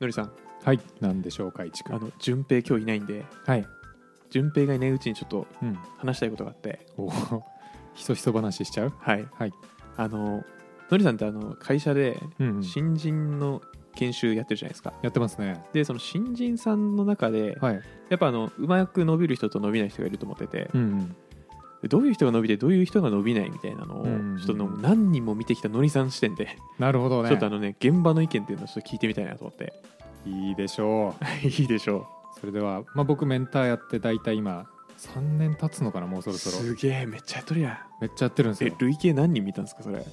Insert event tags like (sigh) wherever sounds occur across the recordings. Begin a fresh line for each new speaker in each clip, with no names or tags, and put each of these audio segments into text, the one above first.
のりさん
はいなんでしょうかいちく
あ
ん
の順平今日いないんで
はい
順平がいないうちにちょっと
うん
話したいことがあって
お (laughs) おひそひそ話しちゃう
はい
はい
あののりさんってあの会社で
うん、うん
新人の研修やってるじゃないですか、
やってますね
でその新人さんの中で、
はい
やっぱあのうまく伸びる人と伸びない人がいると思ってて、
うん
でどういう人が伸びてどういう人が伸びないみたいなのを、
うん
ちょっとの何人も見てきたのりさん視点で、
なるほどね
ちょっとあのね現場の意見っていうのをちょっと聞いてみたいなと思って
(laughs) いいでしょう
いいでしょ
それでは、まあ、僕メンターやって大体今3年経つのかなもうそうろそろ
すげえめっちゃやっとるやん
めっちゃやってるんです
え
よ
累計何人見たんですかそれ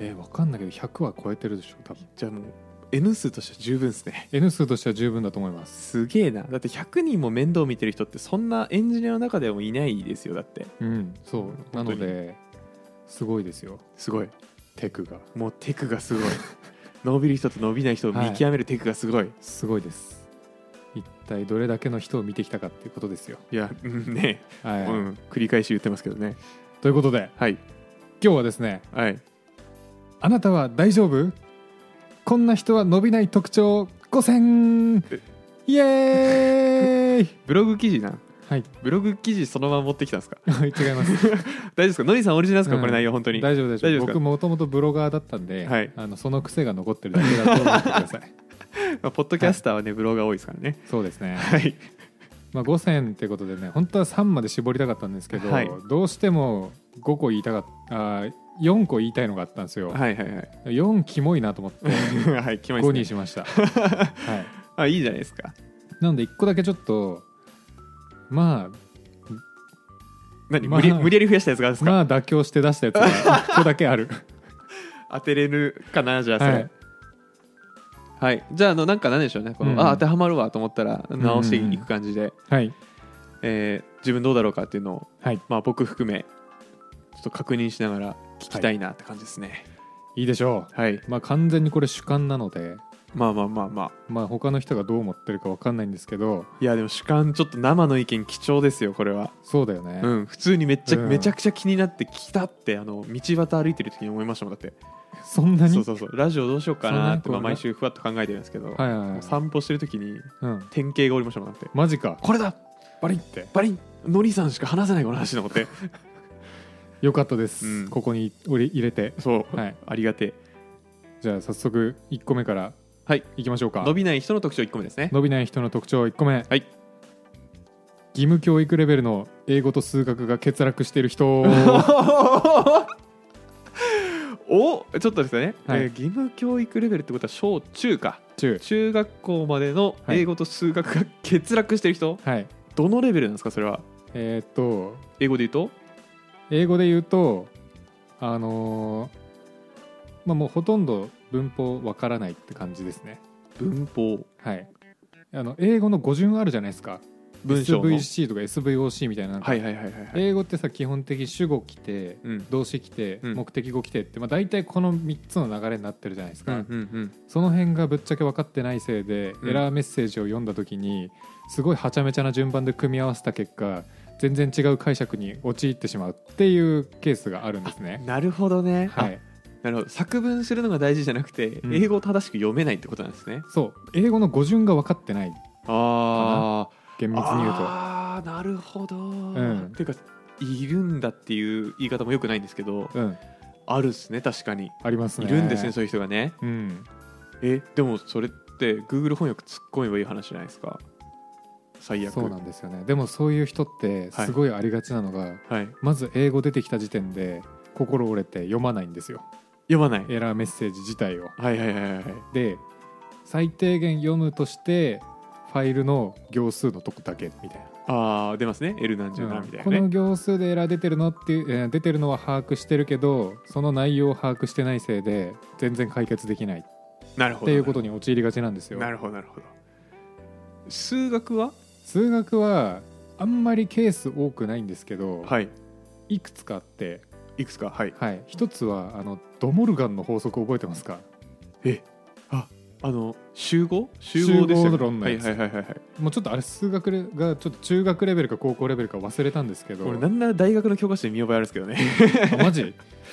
えー、わかんないけど100は超えてるでしょ多分
じゃあもう N 数としては十分ですね
N 数としては十分だと思います
すげえなだって100人も面倒見てる人ってそんなエンジニアの中でもいないですよだって
うんそうな
本当
の
に
ですごいですよ
すごい
テクが
もうテクが
(laughs)
すごい伸びる人と伸びない人を見極めるテクがすごい、い、
すごいです一体どれだけの人を見てきたかっていうことですよ、
やうんね
はい
うん繰り返し言ってますけどね
ということで
はい
今日はですね
はい
あなたは大丈夫こんな人は伸びない特徴5選
え
イエ
(laughs)
ーイ
ブログ記事な
はい (laughs)
ブログ記事そのまま持ってきたんですか
はい違います
大丈夫ですかのりさんオリジナルですか、
うん
これ内容本当に
大丈夫大丈
大丈夫です
夫
か
僕もともとブロガーだったんで、
はい
あのその癖が残ってるだけだと思ってくだ
(laughs)
さい
まあポッドキャスターはね、ブログが多いですからね
そうですね、
はい
まあ、5選ってことでね本当は3まで絞りたかったんですけど、
はい
どうしても5個言いたかったあー4個言いたいのがあったんですよ、
はいはいはい
4キモいなと思って
(laughs) はい来まし
5
た、
に
ね、
しました、はい、
あいいじゃないですか
なので1個だけちょっとまあ
何、
まあ
無理無理やり増やしたやつがあるんですか、
まあ妥協して出し
(laughs)
たやつが1個だけある
当てれるかなじゃあそれ
は
はいい、じゃああのなんか何でしょうねこの、
うん
あ当てはまるわと思ったら直していく感じで、
はい
えー自分どうだろうかっていうのを、
はい
まあ、僕含めちょっと確認しながら聞きたいなって感じですね
いいでしょ
はい、
うまあ完全にこれ主観なので
まあまあまあまあ
まあ他の人がどう思ってるか分かんないんですけど
いやでも主観ちょっと生の意見貴重ですよこれは
そうだよね、
うん普通にめっちゃ、
うん
めちゃくちゃ気になって来たってあの道端歩いてる時に思いましたもんだ
(laughs)
って
そんなに
そうそうそうラジオどうしようかなって、
そんな
まあ、
こと
毎週ふわっと考えてるんですけど、
はいはいはい
もう散歩してる時に
うん、
典型がおりましたもんだって
マジか
これだ
バリって
バリンのりさんしか話せないこの話と思
(laughs)
って
よかったです、
うん
ここに俺入れて
そう、
はい
ありがてえ
じゃあ早速1個目から
はい
いきましょうか
伸びない人の特徴1個目ですね
伸びない人の特徴1個目
はい
義務教育レベルの英語と数学が欠落してい
(laughs)
る人
(laughs) おちょっとですね、
はい
えー義務教育レベルってことは小中か
中
中学校までの英語と数学が欠落してる人、
はい
どのレベルなんですかそれは
えーっと
英語で言うと
英語で言うとあのーまあもうほとんど文法わからないって感じですね
文法
はいあの英語の語順あるじゃないですか
文章の
SVC とか SVOC みたいななんか
はいはいはいはいはい、
英語ってさ基本的に主語来て
うん
動詞来て
うん
目的語来てって、まあ、大体この3つの流れになってるじゃないです
う
か、
んうん
その辺がぶっちゃけ分かってないせいで、
うん
エラーメッセージを読んだ時にすごいはちゃめちゃな順番で組み合わせた結果全然違う解釈に陥ってしまうっていうケースがあるんです
うん
ね。
なるほどね、
はい、
あなるほど作文するのが大事じゃなくて、
うん
英語を正しく読めないってことなんですね
そう英語の語順が分かってない
ああ
厳密に言うと
ああなるほど、
ん
ていうかいるんだっていう言い方もよくないんですけど、
うん
あるっすね確かに
あります
い
ね。
るんですねそういう人がね
うん、
えでもそれって Google 翻訳突っ込めばいい話じゃないですか最悪
そうなんですよねでもそういう人ってすごいありがちなのが、
はい、
まず英語出てきた時点で心折れて読まないんですよ
読まない
エラーメッセージ自体を。
はいはいはいはい
で最低限読むとしてファイルの行数のとこだけみたいな。
ああ出ますね L 何十何みたい
こ
なね、
の行数でエラー出てるのっていう、えー出てるのは把握してるけどその内容を把握してないせいで全然解決できないっ
なるほど
ていうことに陥りがちなんですよ
なるほどなるほど数学は
数学はあんまりケース多くないんですけど、
はい
い、くつかあって、
いくつかはい
はい、一つはあのドモルガンの法則覚えてますか
えああの集合集合です
集合
よね
論の
は
や
い
つ
はいはいはいはい
もうちょっとあれ数学がちょっと中学レベルか高校レベルか忘れたんですけど
俺なんなら大学の教科書で見覚えあるんですけどね
あ
(laughs)
マジ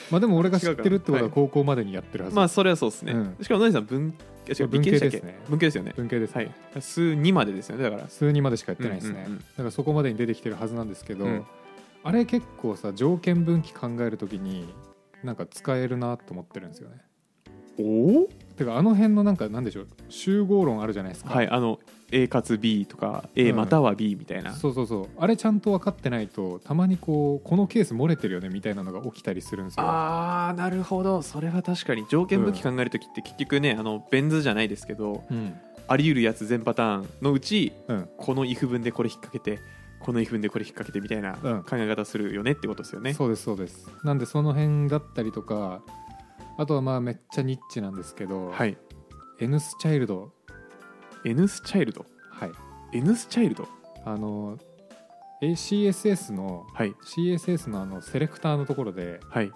まあでも俺が知ってるってこと
違う
は
か
高校までにやってるはず、
まあそれはそうですね、
うん
しかものりさん文いや違う
文
理
系
系でしたっけ
ですね
文系ですよね
文系です
は
ね、
い数2までですよねだから
数2までしかやってないですね、
うんうんうん
だからそこまでに出てきてるはずなんですけど、
うん
あれ結構さ条件分岐考えるときになんか使えるなと思ってるんですよね
おお
てかあの辺のなんかなんでしょう集合論あるじゃないですか、
はいあの A かつ B とか A または B みたいな、
そうそうそうあれちゃんと分かってないとたまにこうこのケース漏れてるよねみたいなのが起きたりするんですよ
あーなるほどそれは確かに条件武器考える時って結局ね、あのベン図じゃないですけど
うん
あり得るやつ全パターンのうち
うん
この if 文でこれ引っ掛けてこの if 文でこれ引っ掛けてみたいな
うん
考え方するよねってことですよね、
そうですそうですなんでその辺だったりとかあとはまあめっちゃニッチなんですけど、
はい
N スチャイルド
N スチャイルド
はい
N スチャイルド
あの CSS の
はい
CSS のあのセレクターのところで
はい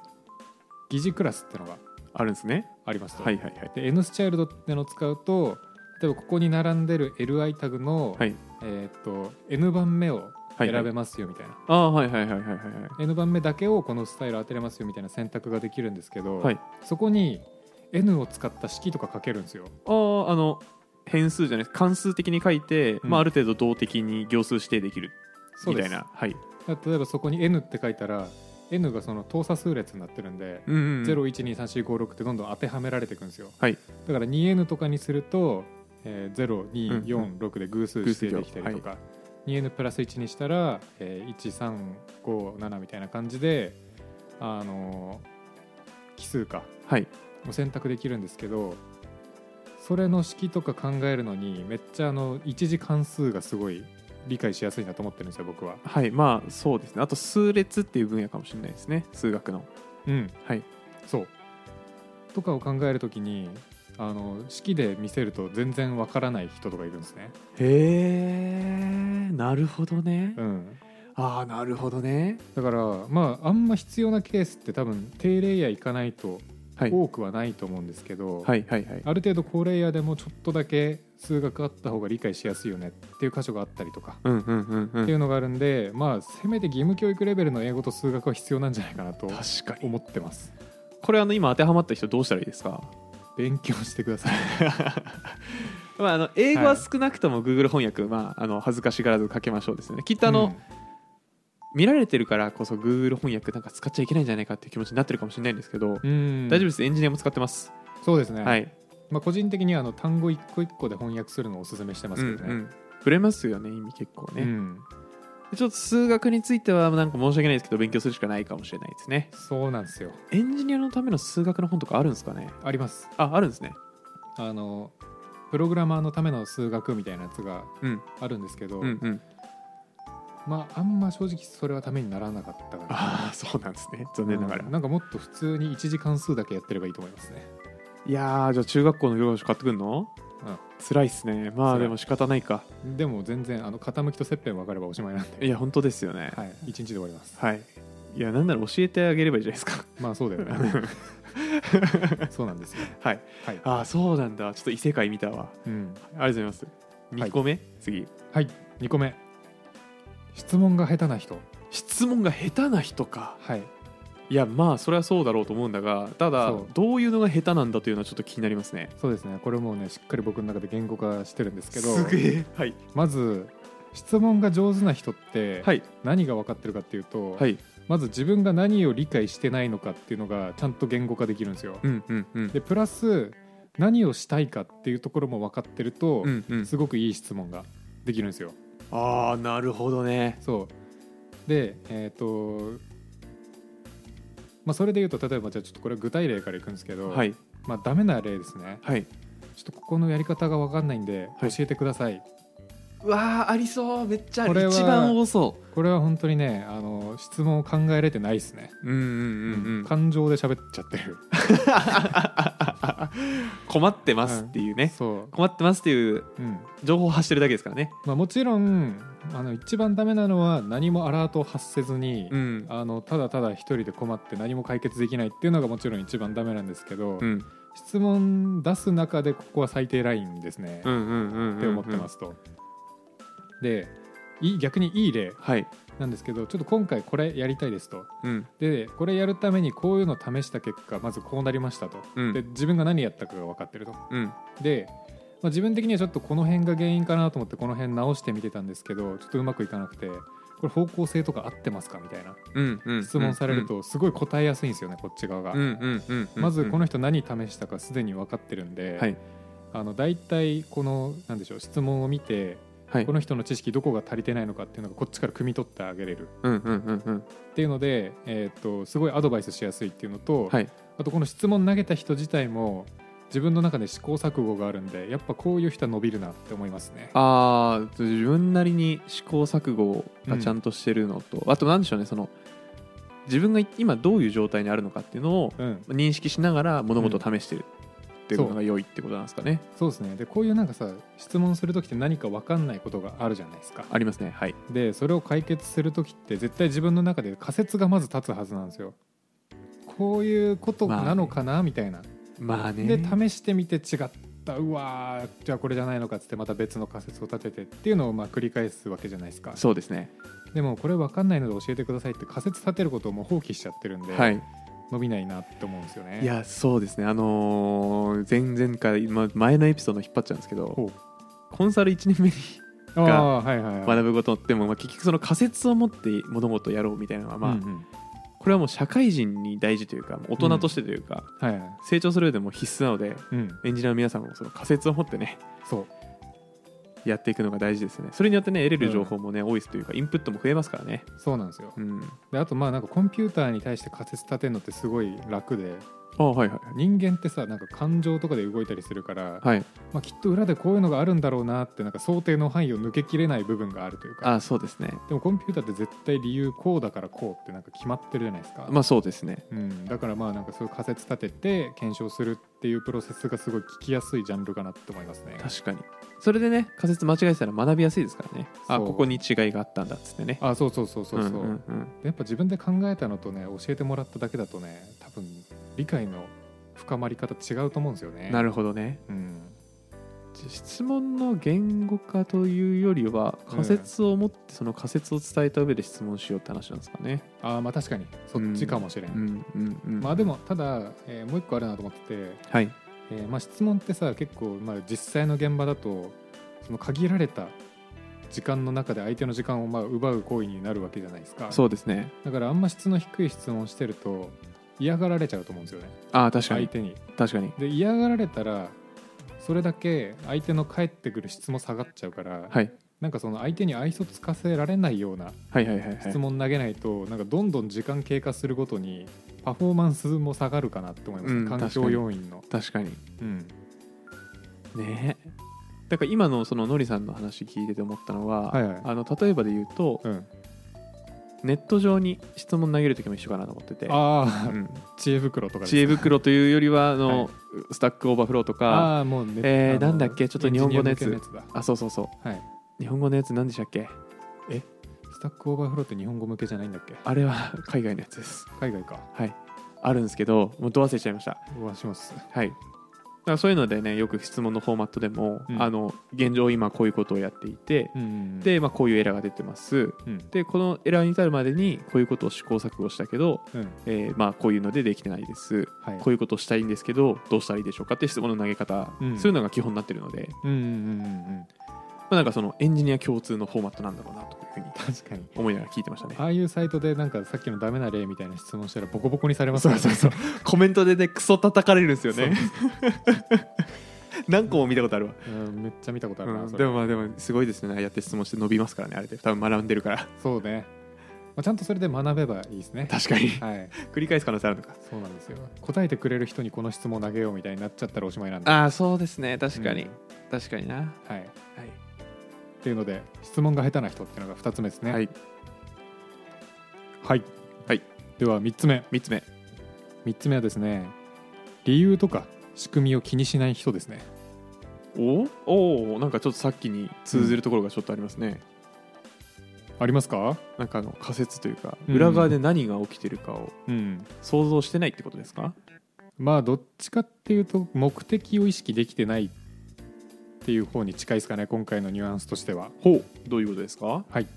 疑似クラスってのが
あるんですね
ありますと、
はいはいはい
で N スチャイルドってのを使うと例えばここに並んでる LI タグの、
はい
えーっと N 番目を
はい
選
はい
べますよみたいな、
ああはいはいはいはいはいはい
N 番目だけをこのスタイル当てれますよみたいな選択ができるんですけど、
はい
そこに N を使った式とか書けるんですよ
あああの変数じゃないです関数的に書いて、
うん
まあ、ある程度動的に行数指定できる
そう
みた
です
いなはい
だから例えばそこに N って書いたら N がその等差数列になってるんで、
うんうんうん
012356ってどんどん当てはめられていくんですよ、
はい
だから 2n とかにすると、え
うんうん
ー、0246で偶数指定できたりとか、2n プラス1にしたら、えー、1357みたいな感じで、あのー奇数か
はい
を選択できるんですけどそれの式とか考えるのにめっちゃあの一次関数がすごい理解しやすいなと思ってるんですよ僕は。
はいまあそうですねあと数列っていう分野かもしれないですね数学の
うん、
はい
そうとかを考えるときにあの式で見せると全然わからない人とかいるんですね。
へえなるほどね、
うん、
ああなるほどね
だからまああんま必要なケースって多分低レイヤーいかないと
はい
多くはないと思うんですけど、
はいはいはい
ある程度高レイヤーでもちょっとだけ数学あった方が理解しやすいよねっていう箇所があったりとか。
うんうんうんう
ってい
ん
うのがあるんで、まあ、せめて義務教育レベルの英語と数学は必要なんじゃないかなと
確かに
思ってます。
これあの今当てはまった人どうしたらいいですか
勉強してください。
まあ、あの英語
は
はい少なくとも Google 翻訳、まあ、あの恥ずかしがらず書けましょうですよねきっとあの、
うん
見られてるからこそ Google 翻訳なんか使っちゃいけないんじゃないかっていう気持ちになってるかもしれないんですけど、
うん
大丈夫ですエンジニアも使ってます、
そうですね、
はい、
まあ、個人的にはあの単語一個一個で翻訳するのをおすすめしてま
う
す
んう
けどね。
んぶれますよね意味結構ね、
うん
ちょっと数学についてはなんか申し訳ないですけど勉強するしかないかもしれないですね
そうなんですよ。
エンジニアのための数学の本とかあるんですかね
あります。
ああるんですね
あのプログラマーのための数学みたいなやつが
うん
あるんですけど、
うんうん
まああんま正直それはためにならなかったかな。
ああそうなんですね残念ながら、
うんなんかもっと普通に一次関数だけやってればいいと思いますね。
いやーじゃあ中学校の教科書買ってくんの、
うん
辛いっすねま
辛
あ
い
でも仕方ないか
でも全然あの傾きと切片分かればおしまいなんで、
いや本当ですよね
はい、一日で終わります。
はい、い、やなんなら教えてあげればいいじゃないですか
まあそうだよね。そうなんですよ。
はい
はい。
ああそうなんだちょっと異世界見たわ
うん、
ありがとうございます
はい
2個目、次
はい。二個目。質問が下手な人。
質問が下手な人か
はい。
いやまあそれはそうだろうと思うんだがただ
そう
どういうのが下手なんだというのはちょっと気になりますね
そうですねこれもうねしっかり僕の中で言語化してるんですけど
えはい
まず質問が上手な人って
はい
何が分かってるかっていうと、
はい
まず自分が何を理解してないのかっていうのがちゃんと言語化できるんですよ。
うんうんうん
でプラス何をしたいかっていうところも分かってると、
うんうん
すごくいい質問ができるんですよ。
ああなるほどね
そうでえっ、とまあそれで言うと例えばじゃあちょっとこれは具体例からいくんですけど、
はい
まあダメな例ですね。
はい
ちょっとここのやり方が分かんないんで
は
教
い
えてください、
うわーありそうめっちゃあ
これ
る
は
一番多そ
これは本当にねあの質問を考えれてないですね、
ううんうんうんうん
感情で喋っちゃってる、
困ってますっていうね、
そ
困ってますっていう
う、うん
情報を発してるだけですからね
まあ、もちろんあの一番ダメなのは何もアラートを発せずに、
うん
あのただただ一人で困って何も解決できないっていうのがもちろん一番ダメなんですけど、
うん
質問出す中でここは最低ラインですね、
うんうんうんうんうん
って思ってますと、でいい逆にいい例
はい
なんですけどちょっと今回これやりたいですと
うん
でこれやるためにこういうのを試した結果まずこうなりましたと、
うん
で自分が何やったかが分かってると
うん
で、まあ、自分的にはちょっとこの辺が原因かなと思ってこの辺直してみてたんですけどちょっとうまくいかなくてこれ方向性とか合ってますかみたいな
うんうん
質問されるとすごい答えやすいんですよねこっち側が、
うんうんうんうん
まずこ
の
の人何試したかすでに分かってるんで、
はい
あの大体このなんでしょう質問を見て
はい
この人の知識どこが足りてないのかっていうのがこっちから汲み取ってあげれる
うんうんうんうん
っていうので、えー、とすごいアドバイスしやすいっていうのと、
はい
あとこの質問投げた人自体も自分の中で試行錯誤があるんでやっぱこういう人は伸びるなって思いますね。
あー自分なりに試行錯誤がちゃんとしてるのと、あと何でしょうねその自分が今どういう状態にあるのかっていうのを
うん、
認識しながら物事を試してるっていうのが良いってことなんですかね、
そうですねでこういうなんかさ質問する時って何か分かんないことがあるじゃないですか
ありますねはい
でそれを解決する時って絶対自分の中で仮説がまず立つはずなんですよこういうことなのかな、みたいな
まあね
で試してみて違ったうわーじゃあこれじゃないのかっつってまた別の仮説を立ててっていうのをまあ繰り返すわけじゃないですか
そうですね
でもこれ分かんないので教えてくださいって仮説立てることをもう放棄しちゃってるんで、
はい
伸びないなって思うんですよね
いやそうですねあのー前々回、ま、前のエピソード引っ張っちゃうんですけど
ほう
コンサル1年目に
ああはいはいはい
学ぶことっても、まあ、結局その仮説を持って物事をやろうみたいなのは、まあ
うんうん
これはもう社会人に大事というか大人としてというか、
はいはい
成長する上でも必須なので
うん
エンジニアの皆さんもその仮説を持ってね
そう
やっていくのが大事ですねそれによってね得れる情報もね、多いですというかインプットも増えますからね
そうなんですよ
うん
であとまあなんかコンピューターに対して仮説立てるのってすごい楽で
あはいはい
人間ってさなんか感情とかで動いたりするから、
はい
まあ、きっと裏でこういうのがあるんだろうなってなんか想定の範囲を抜けきれない部分があるというか
あそうですね
でもコンピューターって絶対理由こうだからこうってなんか決まってるじゃないですか、
まあそうですね
うん、だからまあなんかそういう仮説立てて検証するっていうプロセスがすごい聞きやすいジャンルかなって思いますね
確かにそれでね仮説間違えてたら学びやすいですからねあ
そう
ここに違いがあったんだっつってね
あそうそうそうそうそう,、
んんうん
やっぱ自分で考えたのとね教えてもらっただけだとね多分理解の深まり方違うと思うんですよね
な
る
るほどね
うん
質問の言語化というよりは仮説を持ってその仮説を伝えた上で質問しようって話なんですかね
あーまあ確かにそっちかもしれん、
うんうんうん
まあでもただ、えーもう一個あるなと思ってて
はい
えーまあ、質問ってさ結構、まあ、実際の現場だとその限られた時間の中で相手の時間をまあ奪う行為になるわけじゃないですか
そうですね
だからあんま質の低い質問してると嫌がられちゃうと思うんですよね
ああ確か
相
に
手に
確かに
で嫌がられたらそれだけ相手の返ってくる質も下がっちゃうから、
はい
なんかその相手に愛想つかせられないような
はいはいはいはい
質問投げないと、なんかどんどん時間経過するごとにパフォーマンスも下がるかなって思います、
うん
環境要因の、
確かに
うん、
ねだから今のそののりさんの話聞いてて思ったのは、
はいはい
あの例えばで言うと、
うん、
ネット上に質問投げる時も一緒かなと思ってて、
ああ
うん
知恵袋とかです
知恵袋というよりはあの、
はい
スタックオーバーフローとか
ああもうね
えー
あの
なんだっけちょっと日本語のやつ
エンジニア向けのや
あそうそうそう
つだはい
日本語のやつ何でしたっけ
スタックオーバーフローって日本語向けじゃないんだっけ
あれは (laughs) 海外のやつです
海外か
はいあるんですけどもうど忘れしちゃいました
うわします
はいだからそういうのでねよく質問のフォーマットでも、
うん
あの現状今こういうことをやっていて、
うん
で、まあ、こういうエラーが出てます
うん
でこのエラーに至るまでにこういうことを試行錯誤したけど、
うん
えーまあ、こういうのでできてないです、
はい
こういうことをしたいんですけどどうしたらいいでしょうかって質問の投げ方、
うん
そういうのが基本になってるので、
うんうんうんうん
まあ、なんかそのエンジニア共通のフォーマットなんだろうなという (laughs) ふうに
確かに
思いながら聞いてましたね
ああいうサイトでなんかさっきのダメな例みたいな質問したらボコボコにされます
そうそうそううコメントでねクソ叩かれるんですよね (laughs) 何個も見たことあるわ、
んめっちゃ見たことあるな、
うん
それ
でもまあでもすごいですねああやって質問して伸びますからねあれで多分学んでるから (laughs)
そうね、まあ、ちゃんとそれで学べばいいですね
確かに
はい
(laughs) 繰り返す可能性あるのか
そうなんですよ答えてくれる人にこの質問投げようみたいになっちゃったらおしまいなんで
ああそうですね確
かに
確かにな、は
はいっていうので質問が下手な人っていうのが2つ目です
い
ね
はい、
はい、
はい
では3つ目
3つ目
3つ目はですね理由とか仕組みを気にしない人ですね
おおーなんかちょっとさっきに通ずるところがちょっとありますね、
ありますか
なんかあの仮説というか
うん
裏側で何が起きてるかを
うん
想像してないってことですか、
まあどっちかっていうと目的を意識できてないっていう方に近いですかね今回のニュアンスとしては
ほうどういうことですか
はい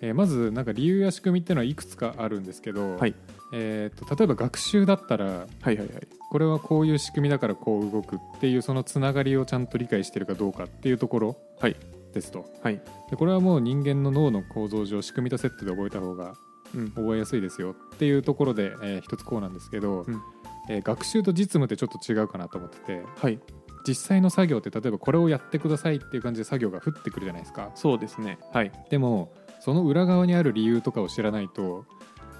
えーまずなんか理由や仕組みっていうのはいくつかあるんですけど、
はい
えーと例えば学習だったら
はいはいはい
これはこういう仕組みだからこう動くっていうそのつながりをちゃんと理解してるかどうかっていうところ
はい
ですと
はい、
でこれはもう人間の脳の構造上仕組みとセットで覚えた方が
うん、
覚えやすいですよっていうところで、えー一つこうなんですけど、
うん
えー学習と実務ってちょっと違うかなと思ってて
はい
実際の作業って例えばこれをやってくださいっていう感じで作業が降ってくるじゃないですか
そうですねはい
でもその裏側にある理由とかを知らないと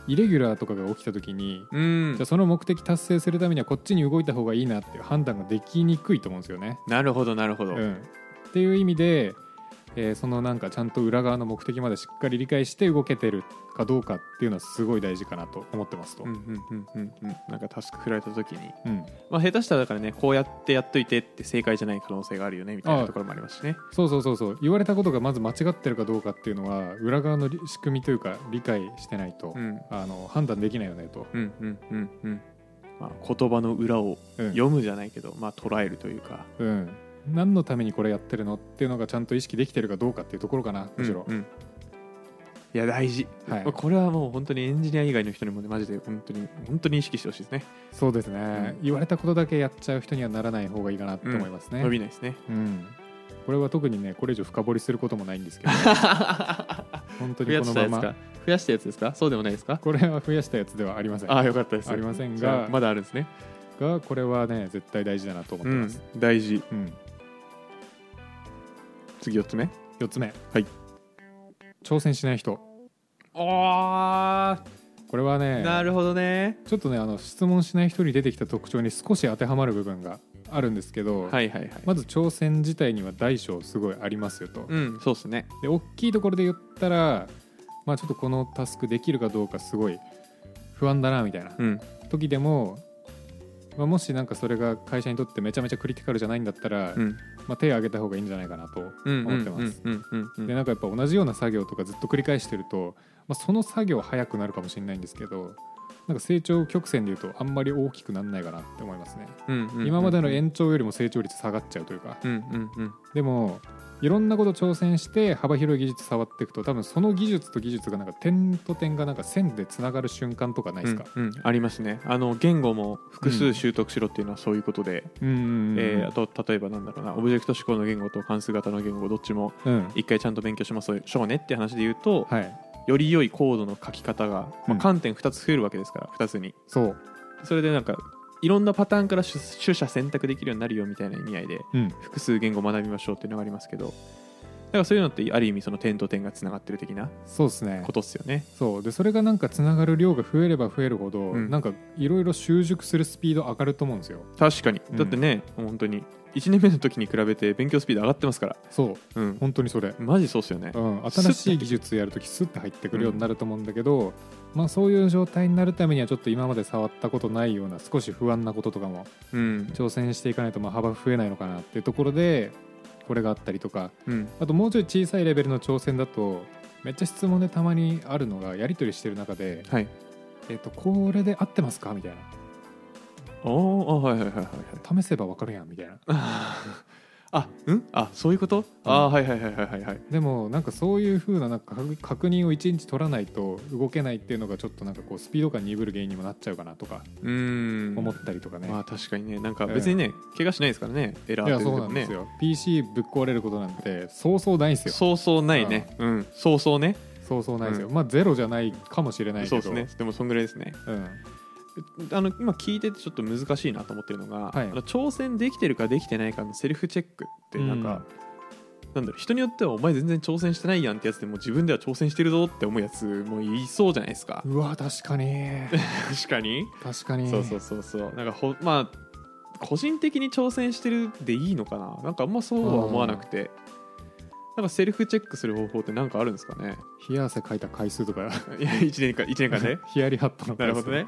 イレギュラーとかが起きた時に
うん
じゃあその目的達成するためにはこっちに動いた方がいいなっていう判断ができにくいと思うんですよね。
なるほどなるほど、
うん、っていう意味で、えーそのなんかちゃんと裏側の目的までしっかり理解して動けてるかどうかっていうのはすごい大事かなと思ってますと。
うんうんうんうんうんなんかタスク振られた時に
うん
まあ下手したらだからねこうやってやっといてって正解じゃない可能性があるよねみたい
あ
な
あ
ところもありますしね
そうそうそうそう言われたことがまず間違ってるかどうかっていうのは裏側のり仕組みというか理解してないと、
うん
あの判断できないよねと、
うんうんうんうんまあ言葉の裏を
うん
読むじゃないけど、まあ捉えるというか
うん、何のためにこれやってるのっていうのがちゃんと意識できてるかどうかっていうところかなむしろ、
うんうんいや大事、
はい
まあこれはもう本当にエンジニア以外の人にもねマジで本当に本当に意識してほしいですね
そうですね、言われたことだけやっちゃう人にはならない方がいいかなと思いますね、
伸びないですね
うんこれは特にねこれ以上深掘りすることもないん
(laughs)
ですけど本
増
当に
や
こ
し
の
た
ま
やつ
ま
か増やしたやつですかそうでもないですか
これは増やしたやつではありません
ああよかったです
ありませんが
じゃあまだあるんですね
がこれはね絶対大事だなと思ってます、
大事
うん
次4つ目
4つ目、
はい
挑戦しない人
あ
これは
あ
ね
なるほどね
ちょっとねあの質問しない人に出てきた特徴に少し当てはまる部分があるんですけど、
はいはいはい
まず挑戦自体には大小すごいありますよと、
うんそうですね
で大きいところで言ったらまあちょっとこのタスクできるかどうかすごい不安だなみたいな
うん
時でも、まあ、もしなんかそれが会社にとってめちゃめちゃクリティカルじゃないんだったら、
うん
まあ、手を挙げた方がいいんじゃないかなと、
うん
思ってます
うんうんうんう
で
ん
なんかやっぱ同じような作業とかずっと繰り返してると、まあ、その作業早くなるかもしれないんですけどなんか成長曲線で言うとあんまり大きくならないかなって思いますね、
うんうん
今までの
うん
延長よりも成長率下がっちゃうというか、
うんうん
でもいろんなこと挑戦して幅広い技術触っていくと多分その技術と技術がなんか点と点がなんか線でつながる瞬間とかないですか、
うんうんありますねあの言語も複数習得しろっていうのはそういうことで、
うんうんうん
えーあと例えばなんだろうなオブジェクト思考の言語と関数型の言語どっちも
うん
一回ちゃんと勉強しましょうしょうねって話で言うと、
はい
より良いコードの書き方が、
う
まあ、
ん
観点2つ増えるわけですから2つに
そう、
それでなんかいろんなパターンから取取捨選択できるようになるよみたいな意味合いで
うん、
複数言語を学びましょうっていうのがありますけどだからそういうのってある意味その点と点がつながってる的な
そうですね
ことっすよね
そうでそれがなんかつながる量が増えれば増えるほど、
うん
なんかいろいろ習熟するスピード上がると思うんですよ
確かに
うん
だってね、もう本当に1年目の時に比べて勉強スピード上がってますから
そう
うん
本当にそれ、
マジそうっすよね
うん、新しい技術やるときスッて入ってくるようになると思うんだけど、まあ、そういう状態になるためにはちょっと今まで触ったことないような少し不安なこととかも
うん
挑戦していかないとまあ幅増えないのかなっていうところでこれがあったりとか
うん
あともうちょい小さいレベルの挑戦だとめっちゃ質問でたまにあるのがやり取りしてる中で
はい
「えっとこれで合ってますか?」みたい
あーあはいはいはいはいはい
な「試せばわかるやん」みたいな
ああうんあそういうこと、ああーはいはいはいはいはいはい
でもなんかそういう風ななんか確確認を1日取らないと動けないっていうのがちょっとなんかこうスピード感鈍る原因にもなっちゃうかなとか
うーん
思ったりとかね、
まあ確かにねなんか別にね、怪我しないですからねエラ
い
ー
や
って
そう
で
な
も
んで
ね
すよ PC ぶっ壊れることなんてそうそうないんですよ
そうそうないねうんそうそうね
そうそうないですよ、まあゼロじゃないかもしれないけ
そう
ど
ですねでもそんぐらいですね
うん、
あの今聞いててちょっと難しいなと思ってるのが、
はい
あの挑戦できてるかできてないかのセルフチェックってなんか、なんだろう人によってはお前全然挑戦してないやんってやつでも自分では挑戦してるぞって思うやつもいそうじゃないです (laughs) か
うわ確かに
確かに
確かに
そうそうそうそうなんかほまあ個人的に挑戦してるでいいのかななんかあんまそうは思わなくてなんかセルフチェックする方法って何かあるんですか (laughs) ね
冷や汗かいた回数とか
いや1年間一年間 (laughs) ね
(laughs) ヒヤリハットの
な
回数
るほどね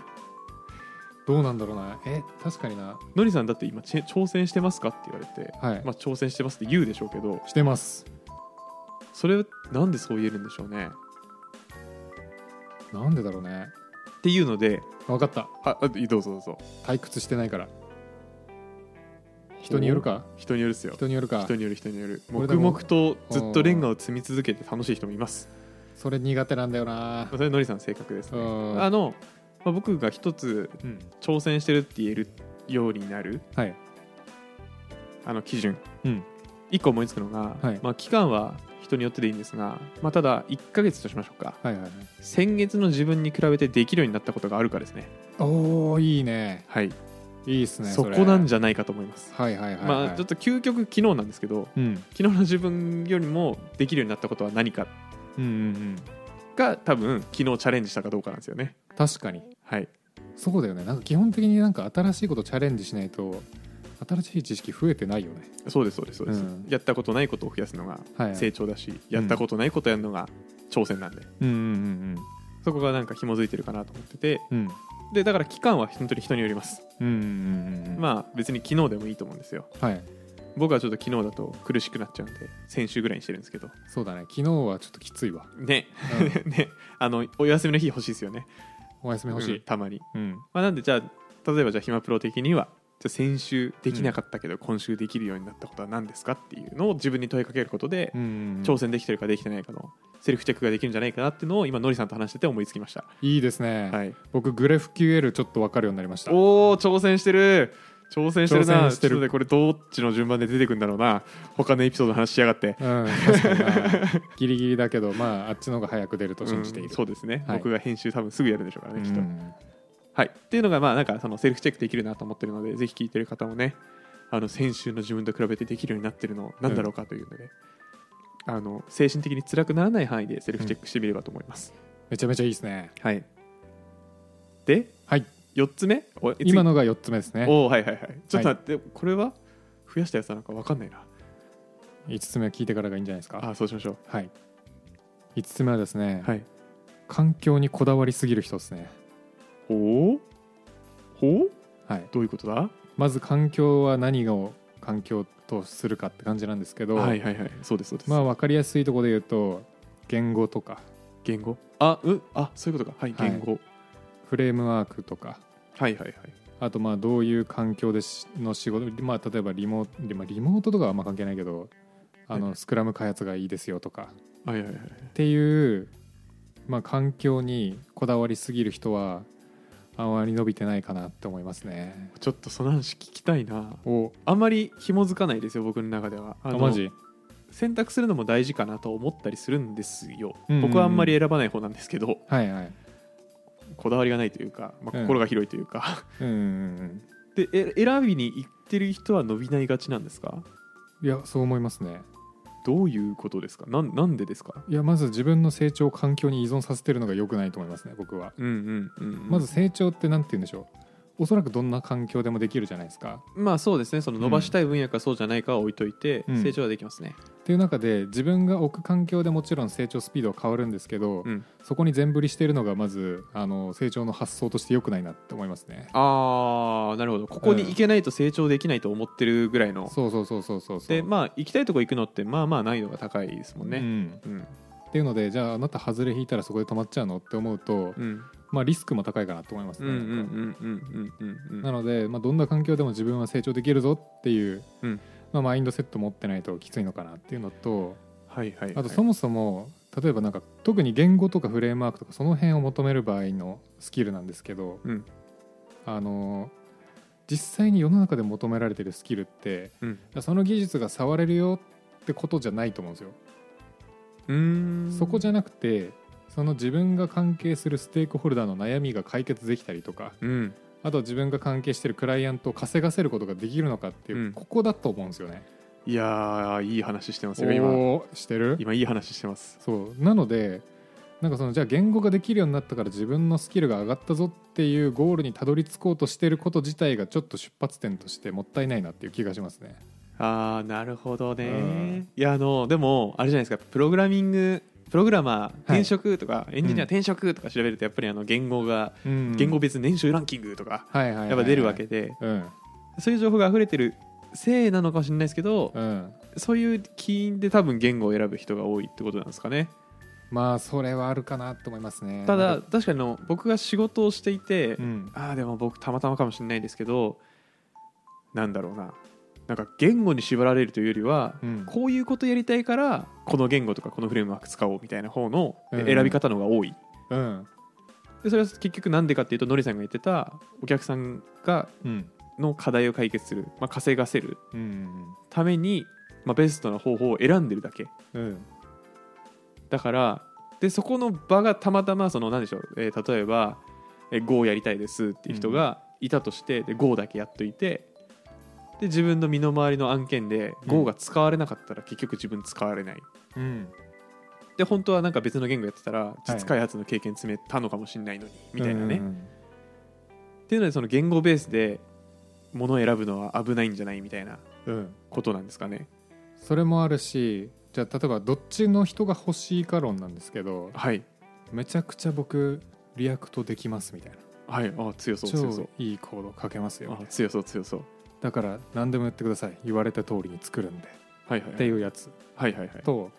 どうなんだろうなえ確かにな
のりさんだって今ち挑戦してますかって言われて、
はい、
まあ、挑戦してますって言うでしょうけど
してます
それなんでそう言えるんでしょうね
なんでだろうね
っていうので
分かった
ああどうぞどうぞ
退屈してないから人によるか
人によるっすよ
人によるか
人による人による
これで
黙
も
々とずっとレンガを積み続けて楽しい人もいます
それ苦手なんだよな
それのりさん性格ですね
うん
あの、まあ、僕が一つ
うん
挑戦してるって言えるようになる
はい
あの基準
うん
一個思いつくのが、
はい
まあ、期間は人によってでいいんですが、まあ、ただ1ヶ月としましょうか
はいはいはい
先月の自分に比べてできるようになったことがあるかですね
おーいいね
はい
いいっすね
そこなん
じ
じゃないかと思います
はいはいはいはい、
まあちょっと究極昨日なんですけど
うん
昨日の自分よりもできるようになったことは何か
うんうんうん
が多分昨日チャレンジしたかどうかなんですよね
確かに
はい
そうだよねなんか基本的になんか新しいことチャレンジしないと新しい知識増えてないよね
そうですそうですそうです、
うん
やったことないことを増やすのが
はい
成長だし、やったことないことやるのが挑戦なんで、
うんうん
そこがなんか紐づいてるかなと思ってて
うんうん
でだから期間は本当に人によります
うんうんうんうん
まあ別に昨日でもいいと思うんですよ
あはい
僕はちょっと昨日だと苦しくなっちゃうんで先週ぐらいにしてるんですけど
そうだね昨日はちょっときついわ、
ね (laughs)
うん、
ねあのお休みの日欲しいですよね
お休み欲し
うん
い
たまに、
うん、
まあ、なんでじゃあ例えばじゃあ暇プロ的にはじゃあ先週できなかったけど、今週できるようになったことは何ですかっていうのを自分に問いかけることで、
うんうんうん
挑戦できてるかできてないかのセルフチェックができるんじゃないかなっていうのを今ノリさんと話してて思いつきました、
いいですね、
はい、
僕グレフ QL ちょっと分かるようになりました
おお挑戦してる挑戦してる
挑
な
戦してる
ちょっとねこれどっちの順番で出てくんだろうな他のエピソードの話しやがって
うん、確かになギリギリだけどまああっちの方が早く出ると信じている、
うんそうですね、
はい
僕が編集多分すぐやるでしょうからね、きっ
う
と
ん
はいっていうのがまあなんかそのセルフチェックできるなと思ってるのでぜひ聞いてる方もねあの先週の自分と比べてできるようになってるのなんだろうかというので、あの精神的に辛くならない範囲でセルフチェックしてみればと思います、
めちゃめちゃいいですね
はいで
はい
4つ目お次
今のが4つ目ですね
おおはいはいはいちょっと待って、これは増やしたやつなのか分かんないな
5つ目は聞いてからがいいんじゃないですか
あそうしましょ
はい5つ目はですね、
うはい
環境にこだわりすぎる人ですね
ほうほう
はい
どういうことだは
まず環境は何を環境とするかって感じなんですけど、
いはいはいそうですそうです、
まあ分かりやすいところで言うと言語とか
言語あうんあそういうことかはい
はい
言語、
フレームワークとか
はい、はいはい
あとまあどういう環境でしの仕事、まあ、例えばリモートリ,、まあ、リモートとかはあんま関係ないけどあ
は
のスクラム開発がいいですよとか
はいはいはいはい
っていう、まあ、環境にこだわりすぎる人はあまり伸びてないかなって思いますね。
ちょっとその話聞きたいな
お
あんまり紐づかないですよ僕の中ではあ
あ
の
マジ
選択するのも大事かなと思ったりするんですよ、
うんうんうん
僕はあんまり選ばない方なんですけど
はいはい。
こだわりがないというか、まあ
うん
心が広いというか、
うんうん
でえ選びに行ってる人は伸びないがちなんですか
うん。いやそう思いますね。
どういうことですかなんなんでですか
いやまず自分の成長を環境に依存させてるのが良くないと思いますね僕は。
うんうんうんうん、
まず成長って何て言うんでしょうおそらくどんな環境でもできるじゃないですか。
まあそうですねその伸ばしたい分野かそうじゃないかは置いといて、
うん
成長はできますね、
っていう中で自分が置く環境でもちろん成長スピードは変わるんですけど、
うん
そこに全振りしているのがまずあの成長の発想として良くないなって思いますね。
ああなるほどここに行けないと成長できないと思ってるぐらいの、
そうそうそうそうそうそう。
でまあ行きたいとこ行くのってまあまあ難易度が高いですもん
う
ね
ん
うん
っていうのでじゃああなた外れ引いたらそこで止まっちゃうのって思うと、
うん
まあ、リスクも高いかなと思います
う
ね。
んうんうんうんうんうん
なので、まあ、どんな環境でも自分は成長できるぞっていう、
うん
まあ、マインドセット持ってないときついのかなっていうのと
はいはいはい
あとそもそも例えばなんか特に言語とかフレームワークとかその辺を求める場合のスキルなんですけど、
うん
あの実際に世の中で求められてるスキルって
うん
その技術が触れるよってことじゃないと思うんですよ。
うーん
そこじゃなくてその自分が関係するステークホルダーの悩みが解決できたりとか
うん
あとは自分が関係してるクライアントを稼がせることができるのかっていう、
うん
ここだと思うんですよね。
いやーいい話してますよ今
おーしてる
今いい話してます
そうなのでなんかそのじゃあ言語ができるようになったから自分のスキルが上がったぞっていうゴールにたどり着こうとしてること自体がちょっと出発点としてもったいないなっていう気がしますね。
ああなるほどね、
うん
いやあのでもあれじゃないですかプログラミングプログラマー
はい
転職とか、エンジニア転職とか調べるとやっぱりあの言語が、
うん
言語別年収ランキングとか
はいはいはいはい
やっぱ出るわけで、
うん
そういう情報が溢れてるせいなのかもしれないですけど、
うん
そういう起因で多分言語を選ぶ人が多いってことなんですかね、
まあそれはあるかなと思いますね。
ただ確かにあの僕が仕事をしていて、
うん
ああでも僕たまたまかもしれないですけどなんだろうななんか言語に縛られるというよりは、
うん
こういうことやりたいからこの言語とかこのフレームワーク使おうみたいな方の
うん
選び方の方が多い、
うん
でそれは結局なんでかっていうとノリさんが言ってたお客さんが
うん
の課題を解決する、まあ、稼がせる
うん
ために、まあ、ベストな方法を選んでるだけ
うん
だからでそこの場がたまたまその何でしょう、えー例えば、えー Go やりたいですっていう人がいたとして、で Go だけやっといてで自分の身の回りの案件で
うん
Go が使われなかったら結局自分使われない、
うん
で本当はなんか別の言語やってたら
い
実開発の経験詰めたのかもしれないのに、みたいなね、
う
っ
ん
ていうのでその言語ベースで物を選ぶのは危ないんじゃないみたいな
うん
ことなんですかね
それもあるしじゃあ例えばどっちの人が欲しいか論なんですけど
はい
めちゃくちゃ僕リアクトできますみたいな
はいあ強そう強そ
超
う
いいコード書けますよ
あ強そう強そう
だから何でも言ってください言われた通りに作るんで
はいはい
っ
は
て
い
いうやつ
はいはいはい
と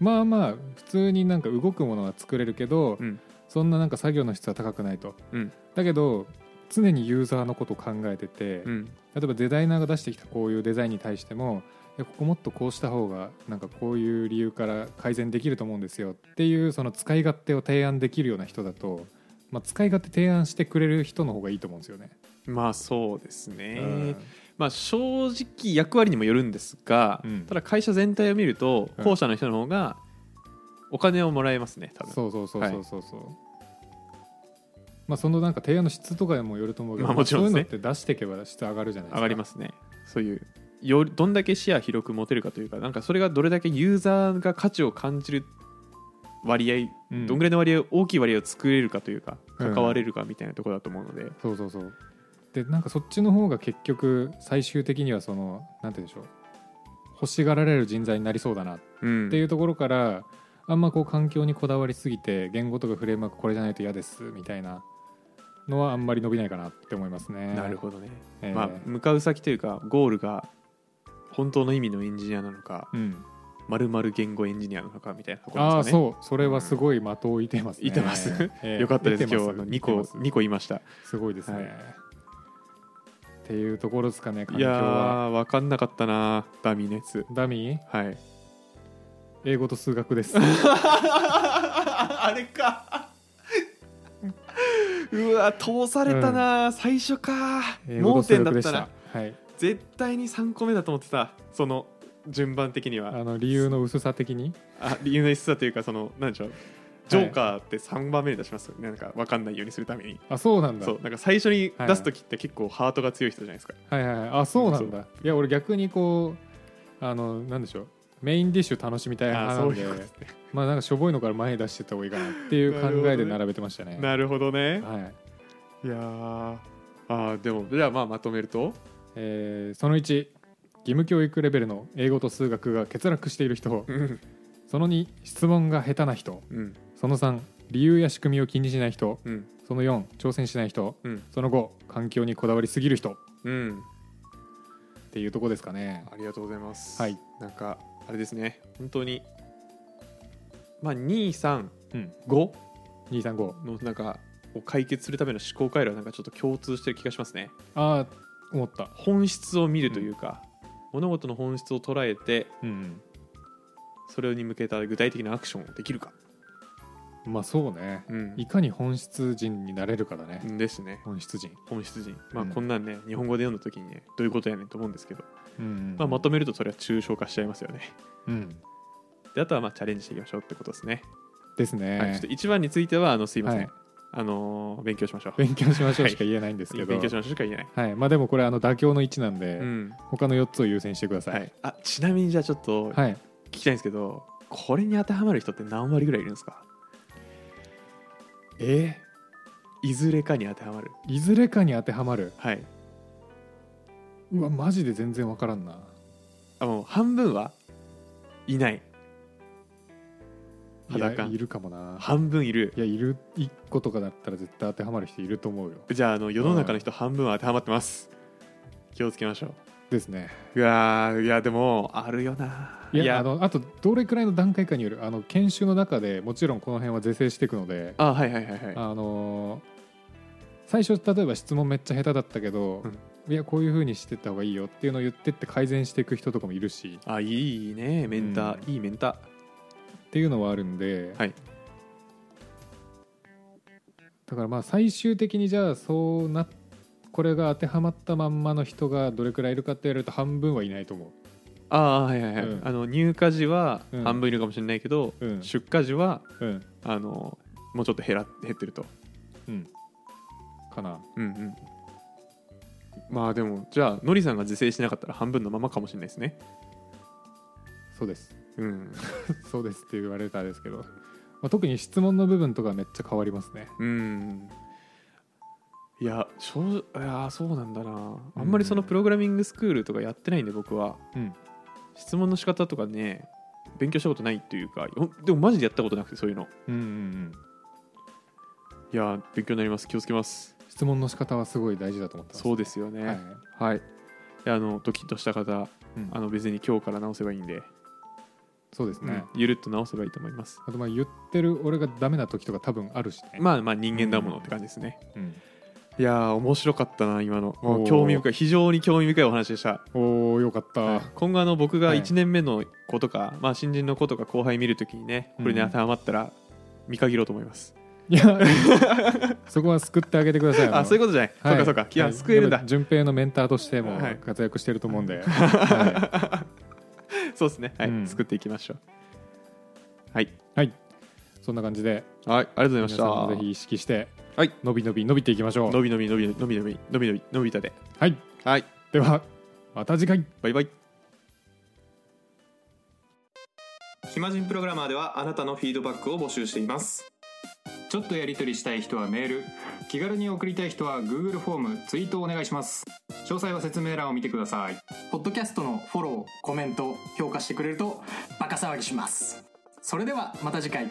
まあまあ普通になんか動くものは作れるけど
うん
そんななんか作業の質は高くないと
うん
だけど常にユーザーのことを考えてて
うん
例えばデザイナーが出してきたこういうデザインに対してもいやここもっとこうした方がなんかこういう理由から改善できると思うんですよっていうその使い勝手を提案できるような人だと、まあ、使い勝手提案してくれる人の方がいいと思うんですよね。
まあそうですね、
うん
まあ正直役割にもよるんですが、
うん
ただ会社全体を見ると
うん
後者の人の方がお金をもらえますね多分
そうそうそうそうそうそう、まあそのなんか提案の質とかにもよると思うけど、
まあもちろんです
そう
ね
いうのって出していけば質上がるじゃないですか
上がりますすねそういうよどんだけ視野広く持てるかというかなんかそれがどれだけユーザーが価値を感じる割合、
うん
どんぐらいの割合大きい割合を作れるかというか
う
関
ん
われるかみたいなところだと思うので、
そうそうそうでなんかそっちの方が結局最終的にはそのなんて言うんでしょう欲しがられる人材になりそうだな
うん
っていうところからあんまこう環境にこだわりすぎて言語とかフレームワークこれじゃないと嫌ですみたいなのはあんまり伸びないかなって思いますね。
なるほどね、
えー
まあ、向かう先というかゴールが本当の意味のエンジニアなのか、
うん、
まるまる言語エンジニアなのかみたいなところ
ああ
ですかね。
そうそれはすごい的を射てますね。
いてます
え
(laughs)
ー
よかったです。
射て
今
ま
日あの二個
射てます
二個言いました。
すごいですね。
はい
っていうところですかね環
い
境
や
は。
ーわかんなかったなダミーのやつ。
ダミー
はい。
英語と数学です。
(laughs) あれか。 (laughs) うわ通されたな、最初か
英語
(laughs)
と
盲
数
点だ
学
っ
でした
な
た。はい。
絶対に3個目だと思ってたその順番的には
あの理由の薄さ的に。
あ理由の一さというかその何でしょうジョーカーって3番目に出しますよね、なんか分かんないようにするために
あそうなんだ。
そうなんか最初に出す時って結構ハートが強い人じゃないですか、
はいはいはいあそうなん
そ
だいや俺逆にこうあのなんでしょうメインディッシュ楽しみたい
あー
派な
そ
ん
う
で
いうことですね
まあなんかしょぼいのから前に出してった方がいいかなっていう考えで並べてましたね
なるほどね
はい
いやーあーでもじゃあまあまとめると
えーその1義務教育レベルの英語と数学が欠落している人
うん
その2質問が下手な人
うん
その3理由や仕組みを気にしない人
うん
その4挑戦しない人
うん
その5環境にこだわりすぎる人っ
うん
ていうとこですかね
ありがとうございます
はい
なんかあれですね本当にまあ235
うん
の
235
なんかを解決するための思考回路はなんかちょっと共通してる気がしますね
ああ思った
本質を見るというか、物事の本質を捉えて
うん
それに向けた具体的なアクションをできるか、
まあそうね
うん
いかに本質人になれるかだね、
ですね
本質人、
本質人、まあ、
うん
こんなんね、日本語で読んだ時にねどういうことやねんと思うんですけど、ま
ま
あ、ま
あま
と
と
めるとそれは抽象化しちゃいますよね
うん、
であとはまあチャレンジしていきましょうってことですね、
ですね、
はい、ちょっと一番についてはあのすいません、
はい
あのー勉強しましょう
勉強しましょうしか言えないんですけど、
勉強しましょうしか言えない、
はいまあでもこれあの妥協の1なんで、
うん
他の4つを優先してくださ
はいい、あちなみにじゃあちょっと
はい、
聞きたいんですけど、これに当てはまる人って何割ぐらいいるんですか
え
いずれかに当てはまる
ーいずれかに当てはまる
はいう
わマジで全然わからんな
あもう半分はいない
いや
裸
いるかもな
半分いる
いやいる1個とかだったら絶対当てはまる人いると思うよ
じゃああの世の中の人半分は当てはまってます気をつけましょ
ですね
ういやーいやでもあるよない
やあのあとどれくらいの段階かによるあの研修の中でもちろんこの辺は是正していくので
あはいはいはいはい
あのー最初例えば質問めっちゃ下手だったけど、
うん
いやこういうふうにしてった方がいいよっていうのを言ってって改善していく人とかもいるし
あいいねメンター、
う
いいメンター
っていうのはあるんで、
はい
だからまあ最終的にじゃあそうなこれが当てはまったまんまの人がどれくらいいるかって言われると半分はいないと思
ああはいはいはい、
うん
あの入荷時は
うん
半分いるかもしれないけど、
う。うん
出荷時は
うん
あのもうちょっと減ら減ってると
うん、かな
うんうんまあでもじゃあのりさんが自制しなかったら半分のままかもしれないですね
そうです (laughs)
うん
そうですって言われたらですけど、まあ、特に質問の部分とかめっちゃ変わりますね
うんいやしょういやそうなんだなあんまりそのプログラミングスクールとかやってないんで僕は
うん
質問の仕方とかね勉強したことないっていうかよでもマジでやったことなくてそういうの
うんうんうん
いや勉強になります気をつけます
質問の仕方はすごい大事だと思ってます
そうですよね
はい
はい、であのドキッとした方
うん
あの別に今日から直せばいいんで、
そうですね、
ゆるっと直せばいいと思います
あとまあ言ってる俺がダメな時とか多分あるしね、
まあまあ人間だものって感じですね、
うん
いやー面白かったな今のもう
おー
興味深い非常に興味深いお話でした
おーよかった、
今後あの僕が
はい
1年目の子とか、まあ、新人の子とか後輩見るときにねこれに
うん
当てはまったら見限ろうと思います、
いやそこは救ってあげてください
あそういう
こ
ことじゃない、
はい、
そうかそうかい
は
や救えるん
やっ
だ
ぱ順平のメンターとしても
はい
活躍してると思うんで、は
そうですねはい、
うん
作っていきましょうはい
い、はい、そんな感じで
はいありがとうございま
皆
し
さ
た
んもぜひ意識して
はい
伸び伸び伸びていきましょう
のびのびのびのびのびのびのびのびたで
はい
はい
ではまた次回
バイバイ暇人プログラマーではあなたのフィードバックを募集しています
ちょっとやり取りしたい人はメール気軽に送りたい人は Google フォームツイートをお願いします詳細は説明欄を見てください
ポッドキャストのフォロー、コメント、評価してくれるとバカ騒ぎします。それではまた次回。